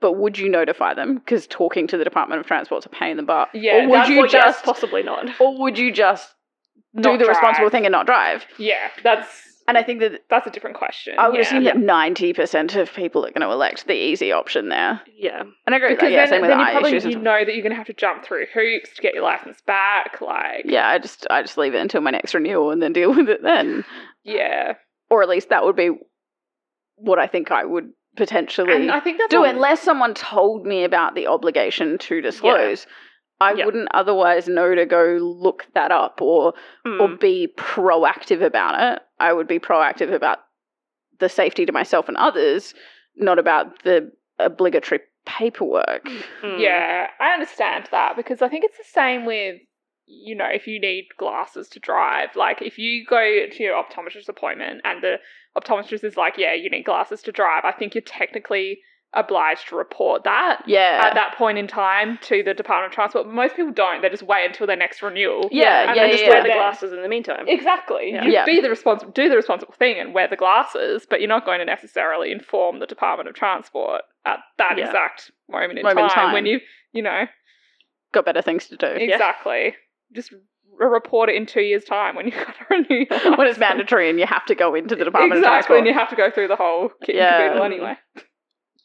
A: but would you notify them? Because talking to the Department of Transport's a pain in the butt.
C: Yeah,
A: or would
C: that's
A: you
B: Well, yes,
A: just
B: possibly not. *laughs*
A: or would you just do
C: Not
A: the responsible
C: drive.
A: thing and not drive?
C: Yeah, that's
A: And I think that
C: that's a different question.
A: I would
C: yeah.
A: assume that ninety percent of people are going to elect the easy option there.
B: Yeah.
A: And I agree. with
C: Because
A: that, yeah,
C: then,
A: same with
C: then you
A: eye
C: probably
A: issues. and
C: you
A: stuff.
C: know that you're going to have to jump through hoops to get your license back. Like,
A: yeah, I just I just leave it until my next renewal and then deal with it then,
C: yeah.
A: or at least that would be what I think I would potentially
C: And I think that's
A: do
C: all-
A: unless someone told me about the obligation to disclose. I
B: Yeah.
A: wouldn't otherwise know to go look that up or or
B: Mm.
A: be proactive about it. I would be proactive about the safety to myself and others, not about the obligatory paperwork.
B: Mm.
C: Yeah, I understand that because I think it's the same with, you know, if you need glasses to drive. Like, if you go to your optometrist appointment and the optometrist is like, yeah, you need glasses to drive, I think you're technically obliged to report that
A: Yeah.
C: at that point in time to the Department of Transport. But most people don't. They just wait until their next renewal.
A: yeah, yeah,
C: and then
A: yeah,
B: just
A: yeah.
B: wear the
C: Yeah.
B: glasses in the meantime.
C: Exactly.
B: Yeah.
C: You
A: Yeah.
C: be the responsible, do the responsible thing, and wear the glasses, but you're not going to necessarily inform the Department of Transport at that
B: Yeah.
C: exact moment in,
A: Moment in
C: time,
A: time.
C: when you, you know,
A: Got better things *laughs* to do.
C: exactly. Just r- report it in two years' time when you got to renew. your
A: when it's
C: license.
A: mandatory and you have to go into the Department
C: exactly,
A: of Transport.
C: and you have to go through the whole kit
A: Yeah.
C: and caboodle anyway.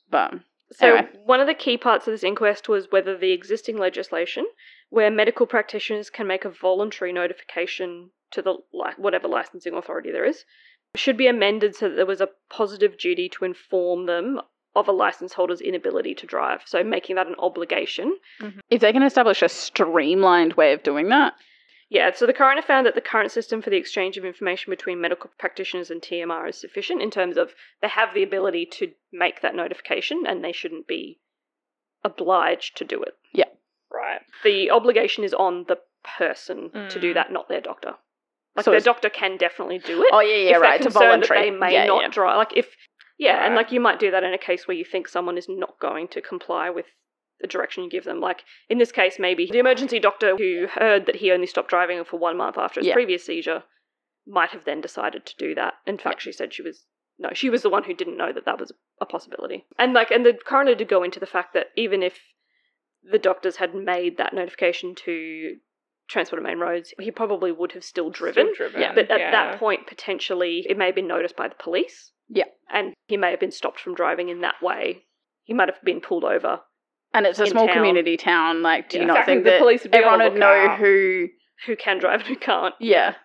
A: But
B: So,
A: Anyway.
B: one of the key parts of this inquest was whether the existing legislation, where medical practitioners can make a voluntary notification to the li- whatever licensing authority there is, should be amended so that there was a positive duty to inform them of a license holder's inability to drive. So, making that an obligation.
A: If they can establish a streamlined way of doing that,
B: Yeah, so the coroner found that the current system for the exchange of information between medical practitioners and TMR is sufficient in terms of they have the ability to make that notification and they shouldn't be obliged to do it.
C: Right.
B: the obligation is on the person to do
C: Mm.
B: that, not their doctor. Like
A: So
B: their
A: it's-
B: doctor can definitely do it.
A: oh yeah, yeah,
B: if they're
A: right, to
B: concerned
A: voluntary.
B: That they may
A: yeah,
B: not
A: yeah.
B: drive. Like if yeah, and
C: Right.
B: like you might do that in a case where you think someone is not going to comply with the direction you give them. Like in this case, maybe the emergency doctor who heard that he only stopped driving for one month after his
A: Yeah.
B: previous seizure might have then decided to do that. In fact, she said she was no, she was the one who didn't know that that was a possibility. And like, and the coroner did go into the fact that even if the doctors had made that notification to Transport and Main Roads, he probably would have still driven.
C: Still driven.
B: But at
C: yeah.
B: that point, potentially, it may have been noticed by the police.
A: Yeah.
B: And he may have been stopped from driving in that way. He might have been pulled over.
A: And it's a
B: in
A: small
B: town.
A: community town. Like, do you
B: Yeah.
A: not
C: Exactly,
A: think
C: the
A: that
C: police would be on
A: everyone
C: the
A: would know
C: lookout.
A: who?
B: Who can drive and who can't?
A: Yeah,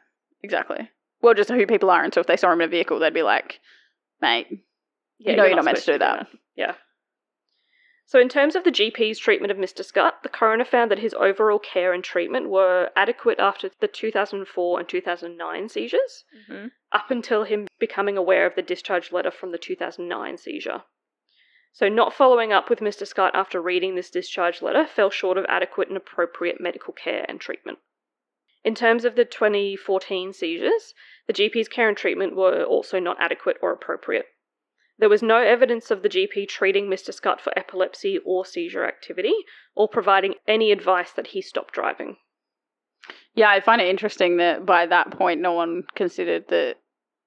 A: exactly. Well, just who people are, and so if they saw him in a vehicle, they'd be like, "Mate,
B: Yeah,
A: you know you're not meant to do
B: supposed
A: that.
B: Yeah. So, in terms of the GP's treatment of Mr. Scott, the coroner found that his overall care and treatment were adequate after the 2004 and 2009 seizures,
C: Mhm.
B: up until him becoming aware of the discharge letter from the 2009 seizure. So, not following up with Mr. Scott after reading this discharge letter fell short of adequate and appropriate medical care and treatment. In terms of the 2014 seizures, the GP's care and treatment were also not adequate or appropriate. There was no evidence of the GP treating Mr. Scott for epilepsy or seizure activity, or providing any advice that he stop driving.
A: Yeah, I find it interesting that by that point, no one considered that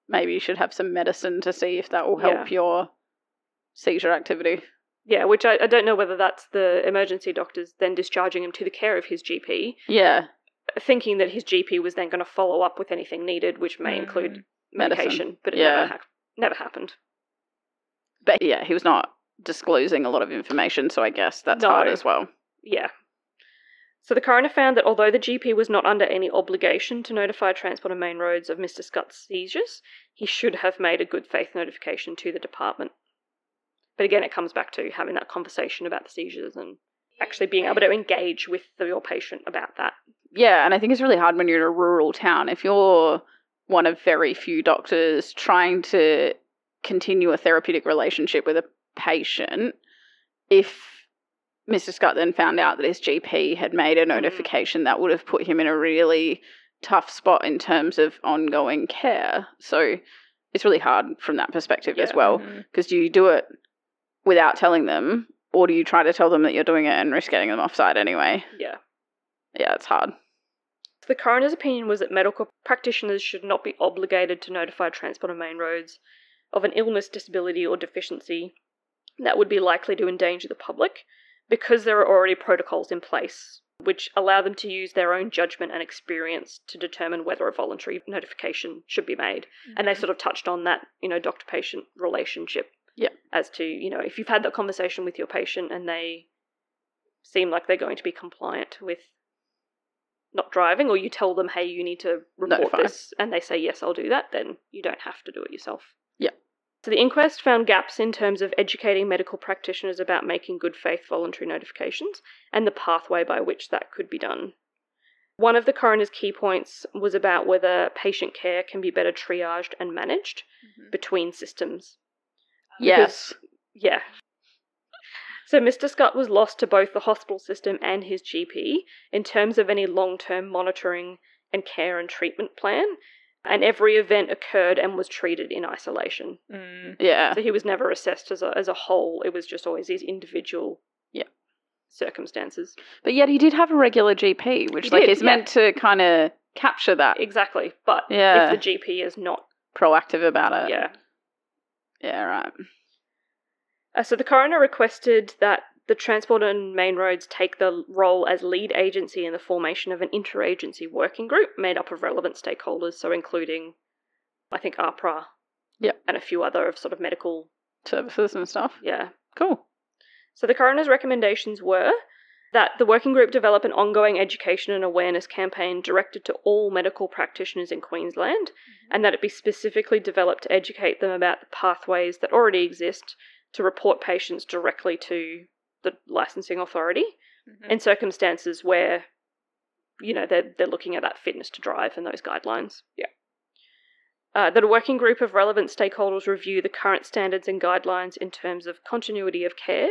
A: maybe you should have some medicine to see if that will help your seizure activity.
B: Yeah, which I, I don't know whether that's the emergency doctors then discharging him to the care of his GP,
A: Yeah,
B: thinking that his GP was then going to follow up with anything needed, which may
C: Mm.
B: include
A: Hmm. Medicine.
B: medication, but it
A: Yeah.
B: never, ha- never happened.
A: but yeah, he was not disclosing a lot of information, so I guess that's
B: No.
A: hard as well.
B: Yeah. So the coroner found that although the GP was not under any obligation to notify Transport and Main Roads of Mr. Scott's seizures, he should have made a good faith notification to the department. But again, it comes back to having that conversation about the seizures and actually being able to engage with the, your patient about that.
A: Yeah, and I think it's really hard when you're in a rural town. If you're one of very few doctors trying to continue a therapeutic relationship with a patient, if Mr. Scott then found out that his GP had made a notification, that would have put him in a really tough spot in terms of ongoing care. So it's really hard from that perspective as
B: Yeah.
A: well.
C: Mhm.
A: Because do you do it without telling them, or do you try to tell them that you're doing it and risk getting them offside anyway?
B: Yeah.
A: Yeah, it's hard.
B: The coroner's opinion was that medical practitioners should not be obligated to notify Transport and Main Roads of an illness, disability, or deficiency that would be likely to endanger the public because there are already protocols in place which allow them to use their own judgment and experience to determine whether a voluntary notification should be made. And
C: Mm-hmm.
B: they sort of touched on that, you know, doctor patient relationship.
A: Yeah.
B: As to, you know, if you've had that conversation with your patient and they seem like they're going to be compliant with not driving, or you tell them, hey, you need to report
A: Notify.
B: this, and they say, yes, I'll do that, then you don't have to do it yourself.
A: Yeah.
B: So the inquest found gaps in terms of educating medical practitioners about making good faith voluntary notifications and the pathway by which that could be done. One of the coroner's key points was about whether patient care can be better triaged and managed
C: Mhm.
B: between systems.
A: Yes.
B: Yeah. So Mr. Scott was lost to both the hospital system and his GP in terms of any long term monitoring and care and treatment plan, and every event occurred and was treated in isolation.
C: Mm.
A: Yeah.
B: So he was never assessed as a, as a whole, it was just always his individual
A: Yeah.
B: circumstances.
A: But yet he did have a regular GP, which
B: He
A: like
B: did,
A: is
B: yeah.
A: meant to kind of capture that
B: Exactly. But
A: Uh, Yeah. Uh,
B: if the GP is not,
A: proactive about it.
B: yeah,
A: Yeah, right.
B: Uh, so the coroner requested that the Transport and Main Roads take the role as lead agency in the formation of an interagency working group made up of relevant stakeholders, so including, I think, APRA
A: Yep.
B: and a few other of sort of medical,
A: Services and stuff.
B: yeah.
A: Cool.
B: So the coroner's recommendations were that the working group develop an ongoing education and awareness campaign directed to all medical practitioners in Queensland, Mm-hmm. and that it be specifically developed to educate them about the pathways that already exist to report patients directly to the licensing authority
C: Mhm.
B: in circumstances where you know they're they're looking at that fitness to drive and those guidelines.
C: Yeah.
B: Uh, that a working group of relevant stakeholders review the current standards and guidelines in terms of continuity of care,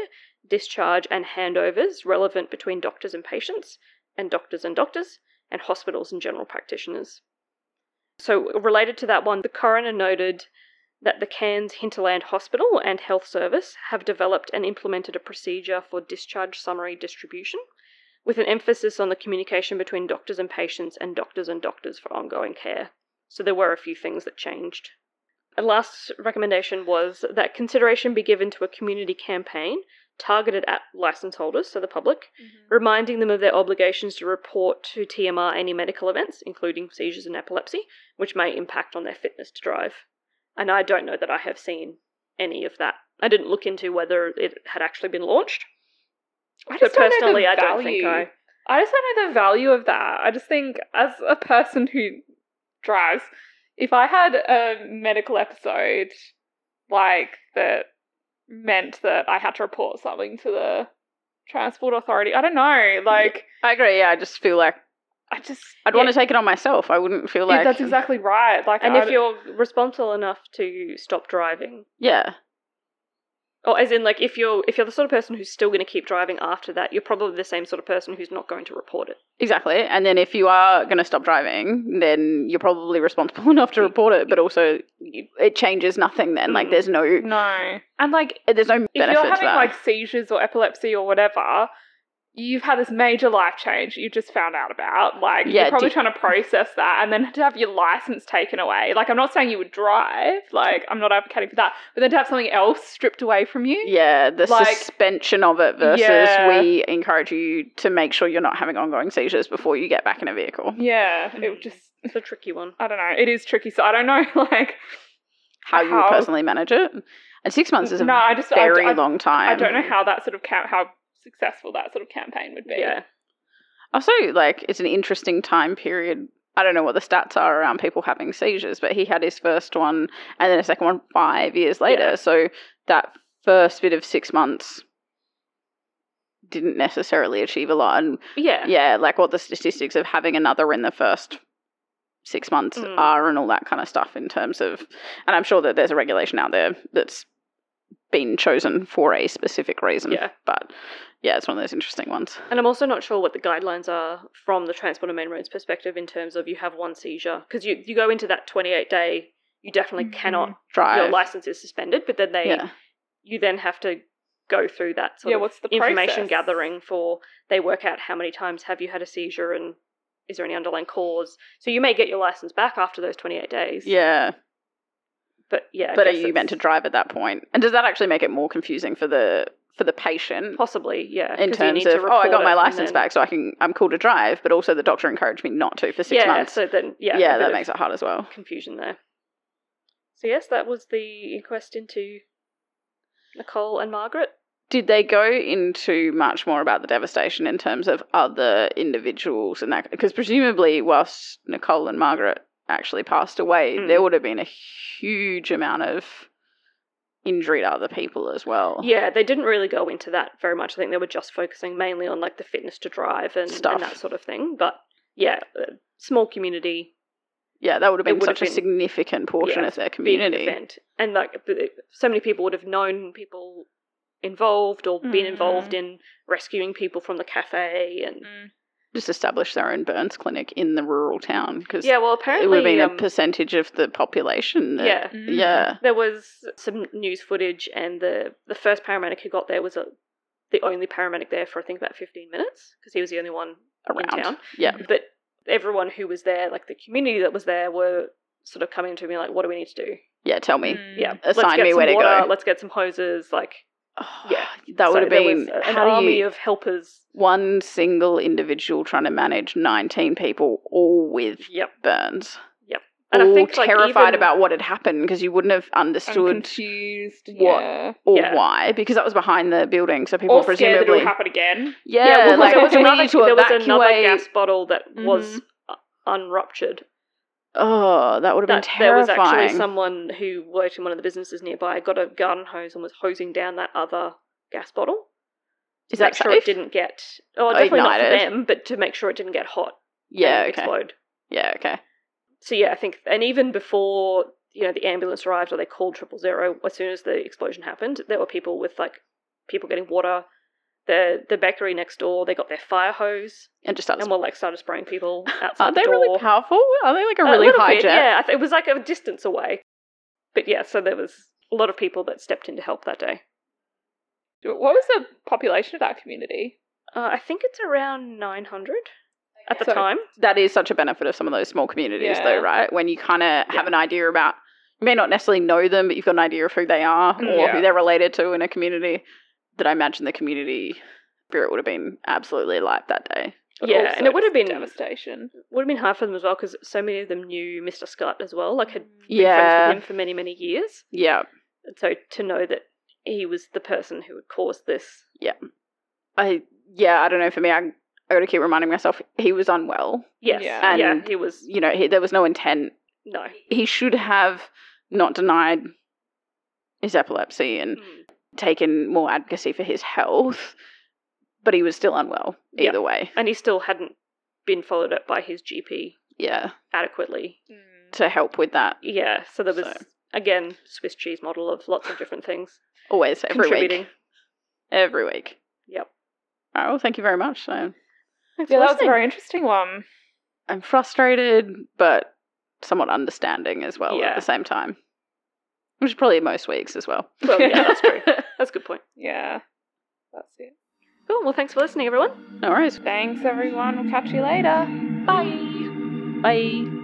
B: discharge, and handovers relevant between doctors and patients, and doctors and doctors, and hospitals and general practitioners. So, related to that one, the coroner noted that the Cairns Hinterland Hospital and Health Service have developed and implemented a procedure for discharge summary distribution with an emphasis on the communication between doctors and patients and doctors and doctors for ongoing care. So there were a few things that changed. And last recommendation was that consideration be given to a community campaign targeted at license holders, so the public, reminding them of their obligations to report to TMR any medical events, including seizures and epilepsy, which may impact on their fitness to drive. And I don't know that I have seen any of that. I didn't look into whether it had actually been launched.
C: I
B: So
C: just don't know the
B: personally, I don't think
C: value.
B: I.
C: I just don't know the value of that. I just think, as a person who drives, if I had a medical episode like that meant that I had to report something to the transport authority, I don't know. Like,
A: I agree. Yeah, I just feel like
C: I just.
A: I'd want to take it on myself. I wouldn't feel like
C: that's exactly right. Like,
B: And
C: I
B: if
C: don't-
B: you're responsible enough to stop driving,
A: Yeah,
B: or as in like if you're if you're the sort of person who's still going to keep driving after that, you're probably the same sort of person who's not going to report it.
A: exactly. And then if you are going to stop driving, then you're probably responsible *laughs* enough to report it. But also, you- it changes nothing. Then like
B: Mm.
A: there's no
C: No. And, like,
A: there's no
C: if
A: benefit
C: you're
A: to
C: having
A: that.
C: like seizures or epilepsy or whatever, you've had this major life change that you just found out about. Like
A: Yeah,
C: you're probably
A: do-
C: trying to process that, and then to have your license taken away. Like I'm not saying you would drive. Like I'm not advocating for that, but then to have something else stripped away from you.
A: yeah, the
C: like-
A: suspension of it versus
C: Yeah.
A: we encourage you to make sure you're not having ongoing seizures before you get back in a vehicle.
C: Yeah, it would
B: Mm.
C: just
B: It's a tricky
C: *laughs*
B: one.
C: I don't know. It is tricky, so I don't know. *laughs* Like
A: How you
C: How-
A: personally manage it. And six months is a
C: no, I just I-
A: very
C: I,
A: long time.
C: I don't know how that sort of cam- how successful that sort of campaign would be.
B: Yeah.
A: Also, like, it's an interesting time period. I don't know what the stats are around people having seizures, but he had his first one and then a second one five years later. So that first bit of six months didn't necessarily achieve a lot. And
B: Yeah.
A: yeah, like what the statistics of having another in the first six months
B: Mm.
A: are and all that kind of stuff in terms of, and I'm sure that there's a regulation out there that's been chosen for a specific reason.
B: Yeah.
A: But yeah, it's one of those interesting ones.
B: And I'm also not sure what the guidelines are from the Transport and Main Roads perspective in terms of you have one seizure because you you go into that 28 day you definitely
C: Mhm.
B: cannot
A: Drive.
B: your license is suspended, but then they
A: Mm-hmm. yeah.
B: you then have to go through that sort
C: Yeah,
B: of
C: what's the
B: information
C: process?
B: gathering for they work out how many times have you had a seizure and is there any underlying cause so you may get your license back after those 28 days
A: Yeah,
B: but yeah I
A: but are
B: guess
A: you
B: it's
A: meant to drive at that point? And does that actually make it more confusing for the for the patient
B: possibly yeah
A: in
B: 'cause you
A: terms
B: need to
A: of oh, I
B: report
A: got
B: it
A: my
B: and
A: license
B: then-
A: back, so I can I'm cool to drive, but also the doctor encouraged me not to for six
B: yeah
A: months.
B: so then yeah
A: yeah,
B: a bit
A: that
B: of
A: makes it hard as well.
B: confusion there so yes that was the inquest into Nicole and Margaret
A: Did they go into much more about the devastation in terms of other individuals and that? Because presumably, whilst Nicole and Margaret actually passed away,
B: Mm.
A: there would have been a huge amount of injury to other people as well.
B: yeah they didn't really go into that very much I think they were just focusing mainly on like the fitness to drive and,
A: Stuff.
B: and that sort of thing but yeah uh, small community
A: Yeah, that would have
B: It
A: been
B: would have
A: such a
B: been-
A: significant portion
B: yeah,
A: of their
B: big
A: community.
B: event, and like b- so many people would have known people involved or been
A: Mm-hmm.
C: Mm.
B: involved in rescuing people from the cafe, and
C: Mm.
A: just establish their own burns clinic in the rural town because
B: yeah, well
A: Mm. it
B: apparently
A: would have been
B: um,
A: a percentage of the population. that-
B: yeah.
C: Mm.
A: yeah,
B: There was some news footage, and the the first paramedic who got there was a, the only paramedic there for I think about fifteen minutes because he was the only one Mm-hmm. in town.
A: around. Yeah,
B: But everyone who was there, like the community that was there, were sort of coming to me like, "What do we need to do?
A: yeah. Tell me,
C: Mm.
B: Yeah, let's
A: Assign
B: get
A: me
B: some
A: where to
B: water.
A: go."
B: Let's get some hoses." Like
A: Oh,
B: Yeah.
A: that would
B: so
A: have
B: there was
A: been
B: a- an
A: how do
B: army
A: you,
B: of helpers.
A: one single individual trying to manage nineteen people all with
B: Yep.
A: burns.
B: Yep. And I
A: all
B: think, like,
A: terrified
B: even-
A: about what had happened because you wouldn't have
C: I'm
A: understood
C: confused.
A: what-
C: Yeah.
A: or
B: yeah.
A: why because that was behind the building. So people
C: Or scared that it
A: presumably,
C: will happen again.
A: yeah,
B: well,
A: like
B: there was
A: we
B: another,
A: need to
B: there was
A: evacuate.
B: another gas bottle that was
A: Mhm.
B: uh, unruptured.
A: Oh, that would have been
B: That there
A: terrifying.
B: was actually someone who worked in one of the businesses nearby got a garden hose and was hosing down that other gas bottle. to
A: Is that
B: make sure
A: safe?
B: it didn't get oh
A: Oh,
B: definitely not for
A: ignited.
B: them, but to make sure it didn't get hot
A: yeah,
B: and
A: okay.
B: explode.
A: Yeah, okay.
B: So yeah, I think and even before you know the ambulance arrived or they called triple zero, as soon as the explosion happened, there were people with like people getting water. The the bakery next door, they got their fire hose
A: And just starts.
B: and were like started spraying
A: *laughs*
B: people outside
A: Are
B: the
A: they
B: door.
A: really powerful? Are they like a really
B: little
A: high
B: bit,
A: jet?
B: Yeah, I th- it was like a distance away. But yeah, so there was a lot of people that stepped in to help that day.
C: What was the population of that community?
B: Uh, I think it's around 900 at the
C: So-
B: time.
A: that is such a benefit of some of those small communities
C: Yeah.
A: though right when you kind of have an idea about you may not necessarily know them but you've got an idea of who they are or
B: Mm,
C: Yeah.
A: who they're related to in a community that i imagine the community spirit would have been absolutely alive that day
C: But
B: Yeah,
C: also
B: and it would have
C: just
B: been-
C: devastation.
B: would have been hard for them as well because so many of them knew Mr. Scott as well, like had been
A: Yeah.
B: friends with him for many, many years.
A: yeah
B: And so to know that he was the person who had caused this.
A: i yeah i don't know for me i, I gotta keep reminding myself he was unwell
B: Yes.
C: Yeah.
B: Yeah,
A: And-
B: he was.
A: you know he, there was no intent
B: No.
A: he should have not denied his epilepsy and
B: Mm.
A: taken more advocacy for his health but he was still unwell
B: Yeah.
A: either way
B: And he still hadn't been followed up by his GP
A: yeah
B: adequately.
C: Mm.
A: to help with that
B: Yeah, so there was,
A: So-
B: again, Swiss cheese model of lots of different things
A: always every
B: contributing.
A: week every week
B: Yep.
A: all right well thank you very much I'm,
B: Thanks
C: Yeah,
B: for
C: that was a
B: listening.
C: very interesting one.
A: I'm frustrated but somewhat understanding as well
C: Yeah.
A: at the same time which is probably most weeks as well
B: Well, yeah, that's *laughs*
A: *laughs*
B: true. That's a good point.
C: Yeah. That's it.
B: Cool. Well, thanks for listening, everyone.
A: no worries
C: Thanks, everyone. We'll catch you later.
B: Bye.
A: bye